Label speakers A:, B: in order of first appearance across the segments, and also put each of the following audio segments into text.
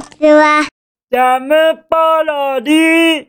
A: ちは。
B: ジャムパロディ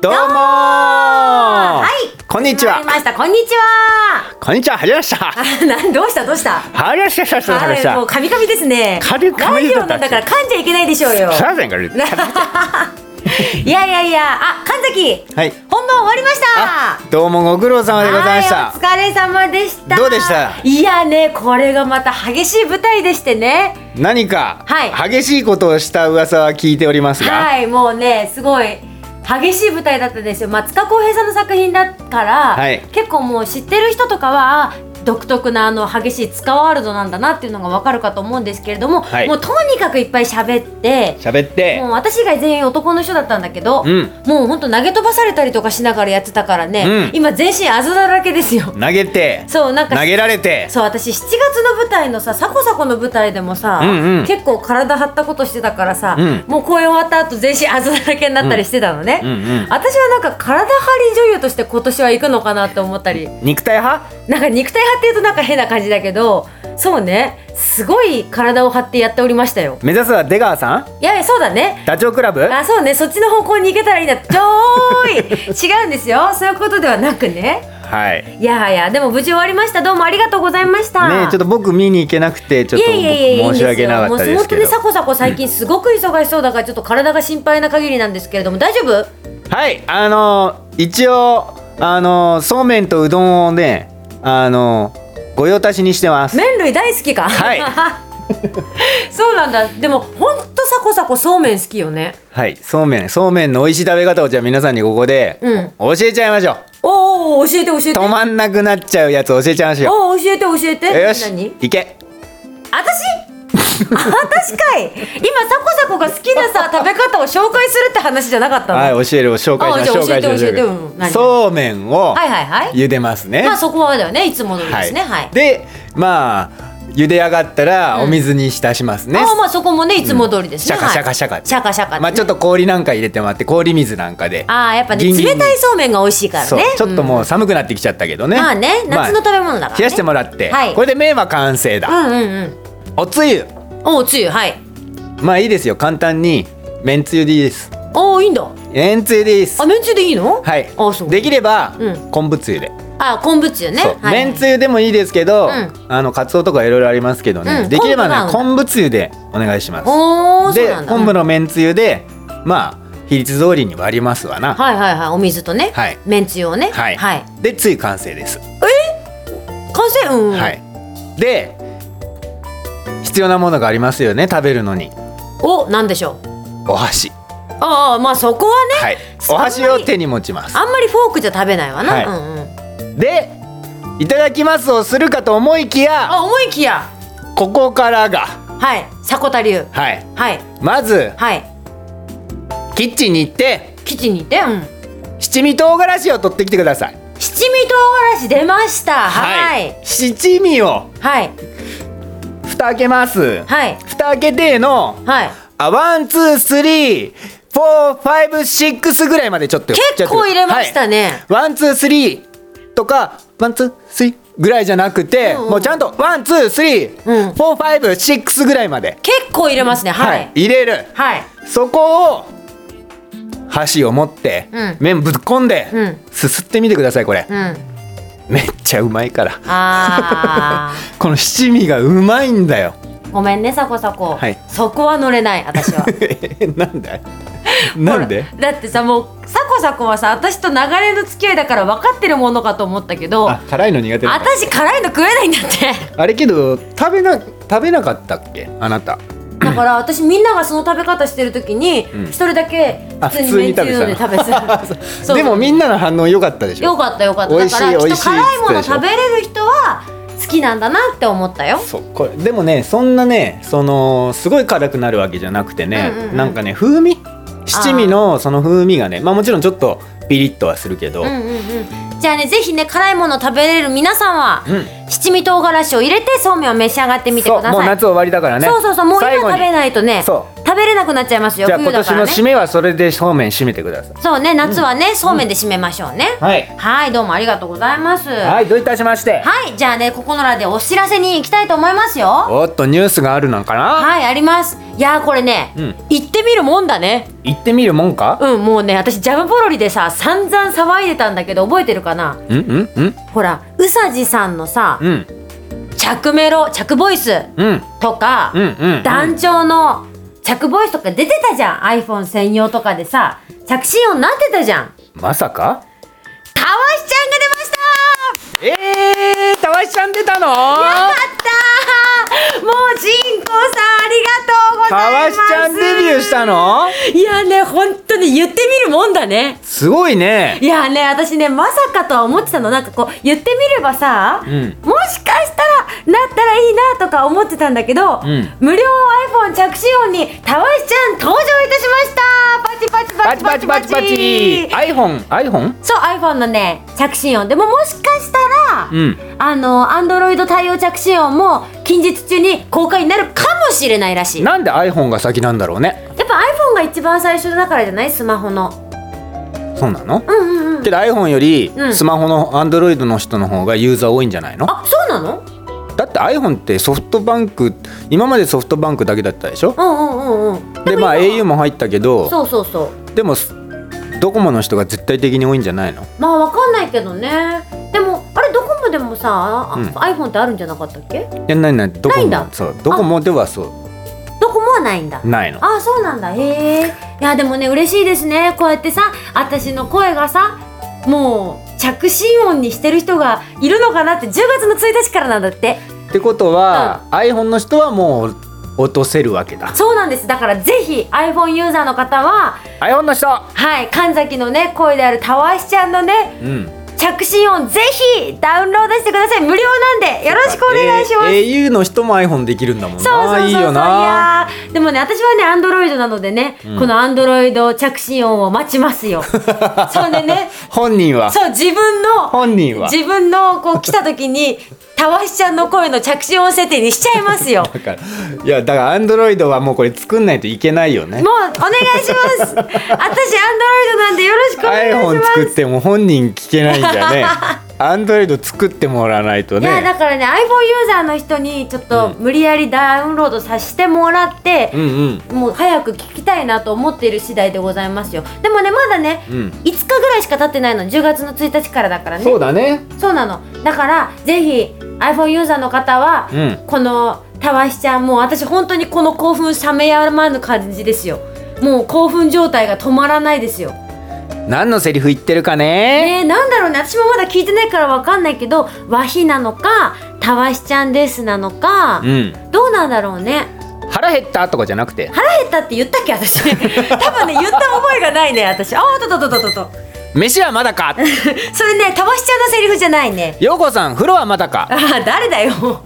C: どうもはいこんにち
D: あ
C: は
D: りました。こんにちは。
C: こんにちははじめましたは
D: あ なんどうしたどうした。
C: じめましたはじめまし
D: あもう
C: た
D: カミカミですね。
C: カミカミ
D: ラジ
C: だっ
D: オ
C: た
D: なんだから噛んじゃいけないでしょうよ。
C: さあせんから
D: いやいやいや。あ神崎。
C: はい
D: 本番終わりました。
C: どうもご苦労様でございました
D: はいお疲れ様でした。
C: どうでした
D: いやね、これがまた激しい舞台でしてね。
C: 何か
D: は
C: 激しいことをした噂は聞いておりますが
D: はい、もうね、すごい。激しい舞台だったんですよ松塚洸平さんの作品だから、
C: はい
D: 結構もう知ってる人とかはあ独特なあの激しい塚ワールドなんだなっていうのがわかるかと思うんですけれども、
C: はい
D: もうとにかくいっぱい喋って
C: 喋って
D: もう私以外全員男の人だったんだけど、
C: うん
D: もうほんと投げ飛ばされたりとかしながらやってたからね、
C: うん
D: 今全身あざだらけですよ。
C: 投げて
D: そうなんか
C: 投げられて
D: そう私7月の舞台のさサコサコの舞台でもさ、
C: うんうん
D: 結構体張ったことしてたからさ、
C: うん
D: もう公演終わった後全身あざだらけになったりしてたのね、
C: うんうん
D: 私はなんか体張り女優として今年は行くのかなって思ったり
C: 肉体派
D: なんか肉体派っていうとなんか変な感じだけどそうねすごい体を張ってやっておりましたよ
C: 目指すは出川さん
D: いやいやそうだね
C: ダチョウ倶楽部
D: あそうねそっちの方向に行けたらいいんだちょ ーい違うんですよそういうことではなくね
C: はいね
D: いやいやでも無事終わりましたどうもありがとうございました
C: えちょっと僕見に行けなくてちょっと
D: いやいやいやいいん
C: 僕
D: で
C: 申
D: す
C: し
D: よ
C: 訳なかったですけ
D: もう本当に
C: ど
D: サコサコ最近すごく忙しそうだからちょっと体が心配な限りなんですけれども大丈夫
C: はいあのー一応あのーそうめんとうどんをねあのーご用達にしてます
D: 麺類大好きか
C: はい
D: そうなんだでもほんとサコサコそうめん好きよね
C: はいそうめんそうめんの美味しい食べ方をじゃあ皆さんにここで
D: うん
C: 教えちゃいましょう
D: おーおー教えて教えて
C: 止まんなくなっちゃうやつ教えちゃいましょ
D: おー教えて教え
C: う
D: て
C: よし
D: 何
C: いけ
D: 私 私かい今サコサコが好きな さ食べ方を紹介するって話じゃなかったの、
C: はい教える紹介しましょう
D: あじゃあ
C: 紹介しまし
D: 教えて教えて
C: ょ
D: うん
C: う
D: 何
C: そうめんを
D: はいはいはい
C: 茹でますね
D: まあそこはだよねいつものですねはい、
C: でまあ茹で上がったらお水に浸しますね、
D: あーまあそこもねいつも通りですね、
C: シャカ
D: はい
C: シャカシャカって
D: シャカシャカってね
C: まあちょっと氷なんか入れてもらって氷水なんかで
D: ああやっぱね
C: ギンギンに
D: 冷たいそうめんが美味しいからね
C: そうちょっと
D: う
C: もう寒くなってきちゃったけどね、
D: んまあね夏の食べ物だから、ね
C: 冷やしてもらって、
D: はい
C: これで麺は完成だ、
D: うんうんうん
C: おつゆ
D: おおつゆはい
C: まあいいですよ簡単に麺つゆでいいです
D: おおいいんだ
C: 麺つゆでいいです
D: あめんつゆでいいの
C: はい
D: あそう
C: できれば、
D: うん
C: 昆布つゆで、
D: あ昆布つゆね
C: そう、
D: はい
C: 麺つゆでもいいですけど、
D: ん
C: あのカツオとかいろいろありますけどね、
D: うん
C: できればね
D: 昆
C: 昆布つゆでお願いします
D: おおそう
C: で
D: なんだ
C: 昆布のめんつゆでまあ比率通りに割りますわな、
D: はいはいはいお水とね、
C: はい
D: めんつゆをね
C: はい
D: はい、
C: でつい完成です、
D: 完成うん、うん
C: はいで必要なものがありますよね食べるのに
D: おなんでしょう
C: お箸
D: ああまあそこはね、
C: はい
D: そ
C: お
D: んなに
C: 箸を手に持ちます
D: あんまりフォークじゃ食べないわな、
C: はい
D: うんうん
C: でいただきますをするかと思いきや
D: あ思いきや
C: ここからが
D: はい迫田流
C: はい
D: はい
C: まず
D: はい
C: キッチンに行って
D: キッチンに行ってうん
C: 七味唐辛子を取ってきてください
D: 七味唐辛子出ましたはい
C: 七味を
D: はい
C: 蓋開けます
D: はい
C: 蓋開けての
D: はい
C: あワンツースリーフォーファイブシックスぐらいまでちょっと
D: 結構入れましたね、
C: ワンツースリーとかワンツースリーぐらいじゃなくて、
D: うんうん
C: もうちゃんとワンツースリーフ
D: うん
C: ォーファイブシックスぐらいまで、
D: 結構入れますねはい、はい
C: 入れるそこを箸を持って、
D: うん
C: 麺ぶっ込んで、
D: うん
C: すすってみてくださいこれ、
D: うん
C: めっちゃうまいから
D: あ
C: この七味がうまいんだよ
D: ーごめんねサコサコ、
C: はい
D: そこは乗れない私 は
C: なんだなんで
D: ほらだってさもうサコサコはさ私と流れの付き合いだから分かってるものかと思ったけど
C: あ辛いの苦手だから
D: 私辛いの食えないんだって
C: あれけど食べな食べなかったっけあなた
D: だから私みんながその食べ方してる時に
C: ん
D: 一人だけ
C: あ
D: 普通にめんつゆで
C: 普通
D: 食べて た そう
C: でもみんなの反応良かったでしょ
D: よかったよかった
C: 美
D: だ
C: 味しい
D: からきっ
C: 美
D: と
C: 味しい
D: 辛いも
C: っつってた
D: の
C: でしょ
D: 食べれる人は好きなんだなって思ったよ
C: そうこれでもねそんなねそのすごい辛くなるわけじゃなくてね、
D: うんうんうん
C: なんかね風味七味のその風味がねまあもちろんちょっとピリッとはするけど、
D: うんうんうんじゃあねぜひね辛いもの食べれる皆さんは、
C: うん
D: 七味唐辛子を入れてそうめんを召し上がってみてください
C: そうもう夏終わりだからね
D: そうそうそうもう今
C: 最後
D: 食
C: に
D: べないとね
C: そ
D: 食べ食べれなくなっちゃいますよ
C: じゃあ
D: 冬
C: 今
D: だ
C: 年
D: か
C: の
D: らね
C: 締めはそれでそうめん締めてください
D: そうね夏はね、そうめんで締めましょうね、
C: はい
D: はいどうもありがとうございますは
C: はいどういたしまして
D: いじゃあねここのらでお知らせに行きたいと思いますよ
C: おっとニュースがあるなんかな
D: はいありますいやーこれね、
C: うん
D: 行ってみるもんだね
C: 行ってみるもんか
D: うんもうね私ジャムポロリでさ散々騒いでたんだけど覚えてるかな
C: うんうんうん
D: ほらうさじさんのさ、
C: うん
D: 着メロ着ボイス
C: うん
D: とか、
C: うんうん
D: 団長の着ボイスとか出てたじゃん iPhone 専用とかでさ着信音なってたじゃん
C: まさか
D: たわしちゃんが出ました
C: ええー、たわしちゃん出たの
D: やったーもうジンコさんありがとうご
C: た
D: ざい
C: わ
D: ま
C: し
D: す
C: ちゃんデビューしたの
D: いやね本当に言ってみるもんだね
C: すごいね
D: いやね私ねまさかとは思ってたのなんかこう言ってみればさ、
C: うん
D: もしかしたらなったらいいなとか思ってたんだけど、
C: ん
D: 無料 iPhone 着信音にたわしちゃん登場いたしましたパチパ
C: パ
D: チ
C: チ
D: パ
C: パ
D: チ
C: チ
D: パ
C: パ
D: チ
C: チ
D: パ
C: パ
D: チ
C: チ iPhone iPhone
D: そう iPhone のね着信音でももしかしたら、
C: うん
D: あの Android 対応着信音も近日中に公開になるかもしれないらしいやっ
C: なんで iPhone が先なんだろうね
D: ぱ iPhone が一番最初だからじゃないスマホの
C: そうなの
D: うんうんうん
C: けど iPhone より
D: うん
C: スマホの Android の人の方がユーザー多いんじゃないの
D: あそうなの
C: だって iPhone ってソフトバンク今までソフトバンクだけだったでしょ
D: うんうんうんうん
C: でまあ
D: 今
C: au も入ったけど
D: そうそうそう
C: でもすドコモの人が絶対的に多いんじゃないの
D: まあわかんないけどねでもあれドコモでもさ、あ
C: うん
D: iPhone ってあるんじゃなかったっけ
C: いやないないドコ
D: ないん
C: モ
D: だ
C: そうドコモではそ
D: ドコモはないんだ
C: うないの
D: あそうなんだへえいやでもね嬉しいですねこうやってさ私の声がさもう着信音にしてる人がいるのかなって10月の1日からなんだって
C: ってことは、iPhone の人はもう落とせるわけだ
D: そうなんですだからぜひ iPhone ユーザーの方は
C: iPhone の人
D: はい神崎のね声であるたわしちゃんのね
C: うん
D: 着信音ぜひダウンロードしてください無料なんでよろしくお願いします、
C: えー au の人も iPhone できるんだもんな
D: そうそうそうそう
C: い
D: い
C: いよな
D: やーでもね私はねアンドロイドなのでね、このアンドロイド着信音を待ちます よそうでね
C: 本人は
D: そう自分の
C: 本人は
D: 自分のこう来た時にたわしちゃんの声の着信音設定にしちゃいます よ
C: だからいやだから Android はもうこれ作んないといけないよね
D: もうお願いします私アンドロイドなんでよろしくお願いします
C: iPhone 作っても本人聞けないんだ よね Android 作ってもらわないと
D: いや
C: ね
D: だからね iPhone ユーザーの人にちょっと無理やりダウンロードさせてもらって、
C: うんうん
D: もう早く聞きたいなと思っている次第でございますよでもねまだね、
C: うん
D: 5日ぐらいしか経ってないの10月の1日からだからね
C: そうだね
D: そうなのだからぜひ iPhone ユーザーの方は、
C: うん
D: このたわしちゃんもう私本当にこの興奮冷めやらぬ感じですよもう興奮状態が止まらないですよ
C: 何のセリフ言ってるかね
D: えー、なんだろうね私もまだ聞いてないからわかんないけど和ひなのかたわしちゃんですなのか、
C: うん
D: どうなんだろうね
C: 腹減ったとかじゃなくて
D: 腹減ったって言ったっけ私 多分ね言った覚えがないね私あーととととと と
C: 飯はまだか
D: それねたわしちゃんのセリフじゃないね
C: 陽子さん風呂はまだか
D: あー誰だよ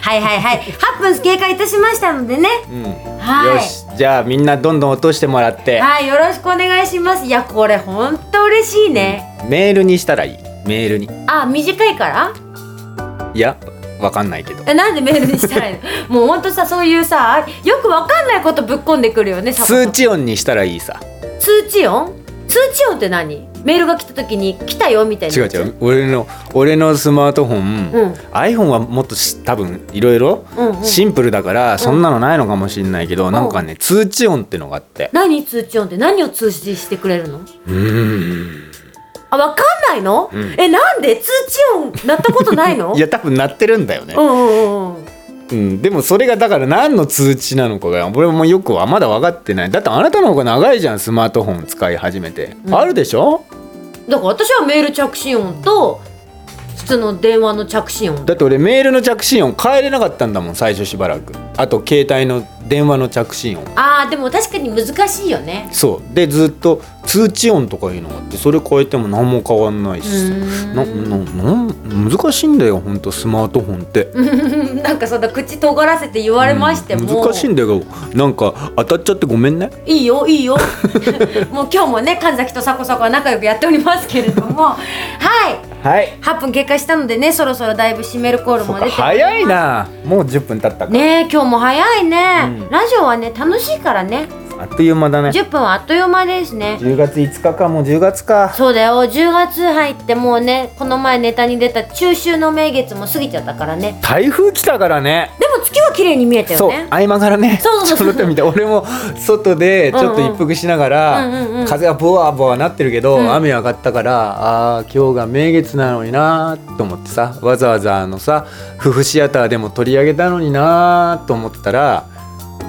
D: はいはいはい8分経過いたしましたのでね
C: うん
D: はい
C: よしじゃあみんなどんどん落としてもらって
D: はいよろしくお願いしますいやこれほんと嬉しいね、
C: メールにしたらいいメールに
D: あ短いから
C: いやわかんないけど
D: えなんでメールにしたら いいのもうほんとさそういうさよくわかんないことぶっこんでくるよねサボさ
C: 数
D: ん
C: 値音にしたらいいさ
D: 通知音通知音って何メールが来た時に来たよみたいな
C: 違う違う俺の俺のスマートフォン、
D: うん
C: iPhone はもっとし多分いろいろ
D: うんうん
C: シンプルだからそんなのないのかもしれないけど、なんかね通知音ってのがあって
D: 何通知音って何を通知してくれるの
C: うーん
D: あ、わかんないの、
C: ん
D: え、なんで通知音なったことないの
C: いや多分鳴ってるんだよね
D: う、んうんうん。
C: うん、でもそれがだから何の通知なのかが俺もよくはまだ分かってないだってあなたの方が長いじゃんスマートフォン使い始めて、あるでしょ
D: だから私はメール着信音と、普通の電話の着信音。
C: だって俺メールの着信音変えれなかったんだもん最初しばらくあと携帯の電話の着信音
D: あー、でも確かに難しいよね。
C: そうでずっと通知音とかいうのがあってそれ変えても何も変わんないしさななな難しいんだよほんとスマートフォンって。
D: なんかそんな口尖らせて言われましても、
C: 難しいんだよなんか当たっちゃってごめんね
D: いいよいいよ もう今日もね神崎とサコサコは仲良くやっておりますけれどもはい
C: はい
D: 8分経過したのでねそろそろだいぶ締めるコール
C: そ
D: も
C: う
D: 出て
C: か
D: ます
C: 早いなもう10分経ったか、
D: ねえ今日も早いね、
C: うん
D: ラジオはね楽しいからね
C: あっという間だね
D: 10分はあっという間ですね
C: 10月5日かもう10月か
D: そうだよ10月入ってもうねこの前ネタに出た中秋の名月も過ぎちゃったからね
C: 台風来たからね
D: でも月は綺麗に見えた
C: そ
D: よ
C: う
D: ね
C: 合間からね
D: そうそうそう
C: ちょろっと見て俺も外でちょっと一服しながら、
D: うんうんうん
C: 風がボワボワなってるけど、
D: うん
C: 雨上がったからあー今日が名月なのになーと思ってさわざわざあのさ夫婦シアターでも取り上げたのになーと思ってたら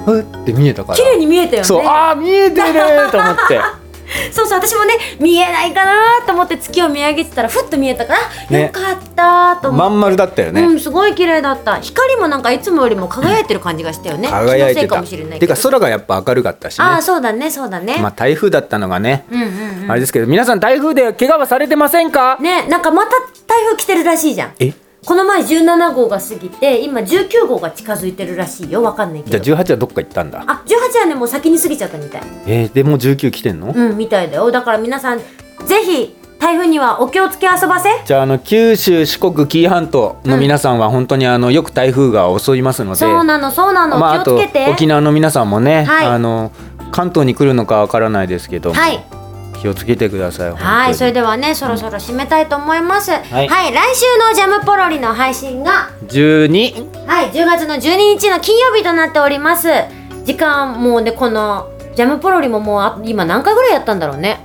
C: ふって見えたから
D: 綺麗に見えたよね
C: そうあー見えてると思って
D: そうそう私もね見えないかなと思って月を見上げてたらふっと見えたから、
C: ね
D: よかったと思って
C: まん丸だったよね、
D: うんすごい綺麗だった光もなんかいつもよりも輝いてる感じがしたよね、
C: 輝
D: 気
C: い
D: のせ
C: て
D: いか
C: た
D: もしれない
C: て
D: けど
C: か空がやっぱ明るかったしね
D: ああそうだねそうだね、
C: まあ台風だったのがね、
D: うんうんうん
C: あれですけど皆さん台風で怪我はされてませんか
D: ねなんかまた台風来てるらしいじゃん
C: え
D: この前17号が過ぎて今19号が近づいてるらしいよわかんないけ
C: じ
D: ど
C: ゃあ18はどっか行ったんだ
D: あ18はねもう先に過ぎちゃったみたい
C: えー、でもう19来てんの、
D: うんみたいだよだから皆さんぜひ台風にはお気をつけ遊ばせ
C: じゃああの九州四国紀伊半島の皆さんは本当にあのよく台風が襲いますので、
D: そうなのそうなの、
C: まあ、あ
D: 気を
C: と
D: つけて
C: 沖縄の皆さんもね、
D: はい
C: あの関東に来るのかわからないですけど、
D: はい
C: 気をつけてください本当に
D: はい、それではね、そろそろ締めたいと思います。はい、
C: い
D: 来週のジャムポロリの配信が、
C: 12
D: はい、10月の12日の金曜日となっております。時間、もうね、この、ジャムポロリももうあ、今何回ぐらいやったんだろうね。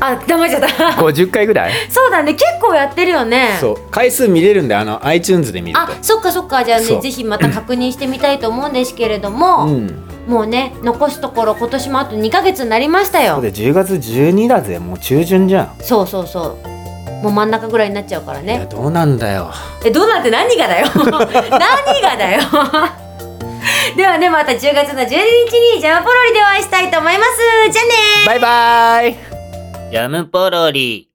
D: あ、黙っちゃった。
C: 50回ぐらい
D: そうだね、結構やってるよね。
C: そう回数見れるんであの iTunes で見る
D: あ、そっかそっか。じゃあ
C: そ
D: ね、
C: う
D: ぜひまた確認してみたいと思うんですけれど
C: と、
D: も、
C: ん、
D: もうね、残すところ今年もあと2ヶ月になりましたよ。
C: そうで10月12だぜもう中旬じゃん
D: そうそうそうもう真ん中ぐらいになっちゃうから
C: いや
D: ね
C: どうなんだよ
D: えどうなって何がだよ何がだよではねまた10月の12日にジャムポロリでお会いしたいと思いますじゃあねー
C: バイバイ
B: ジャムポロリ。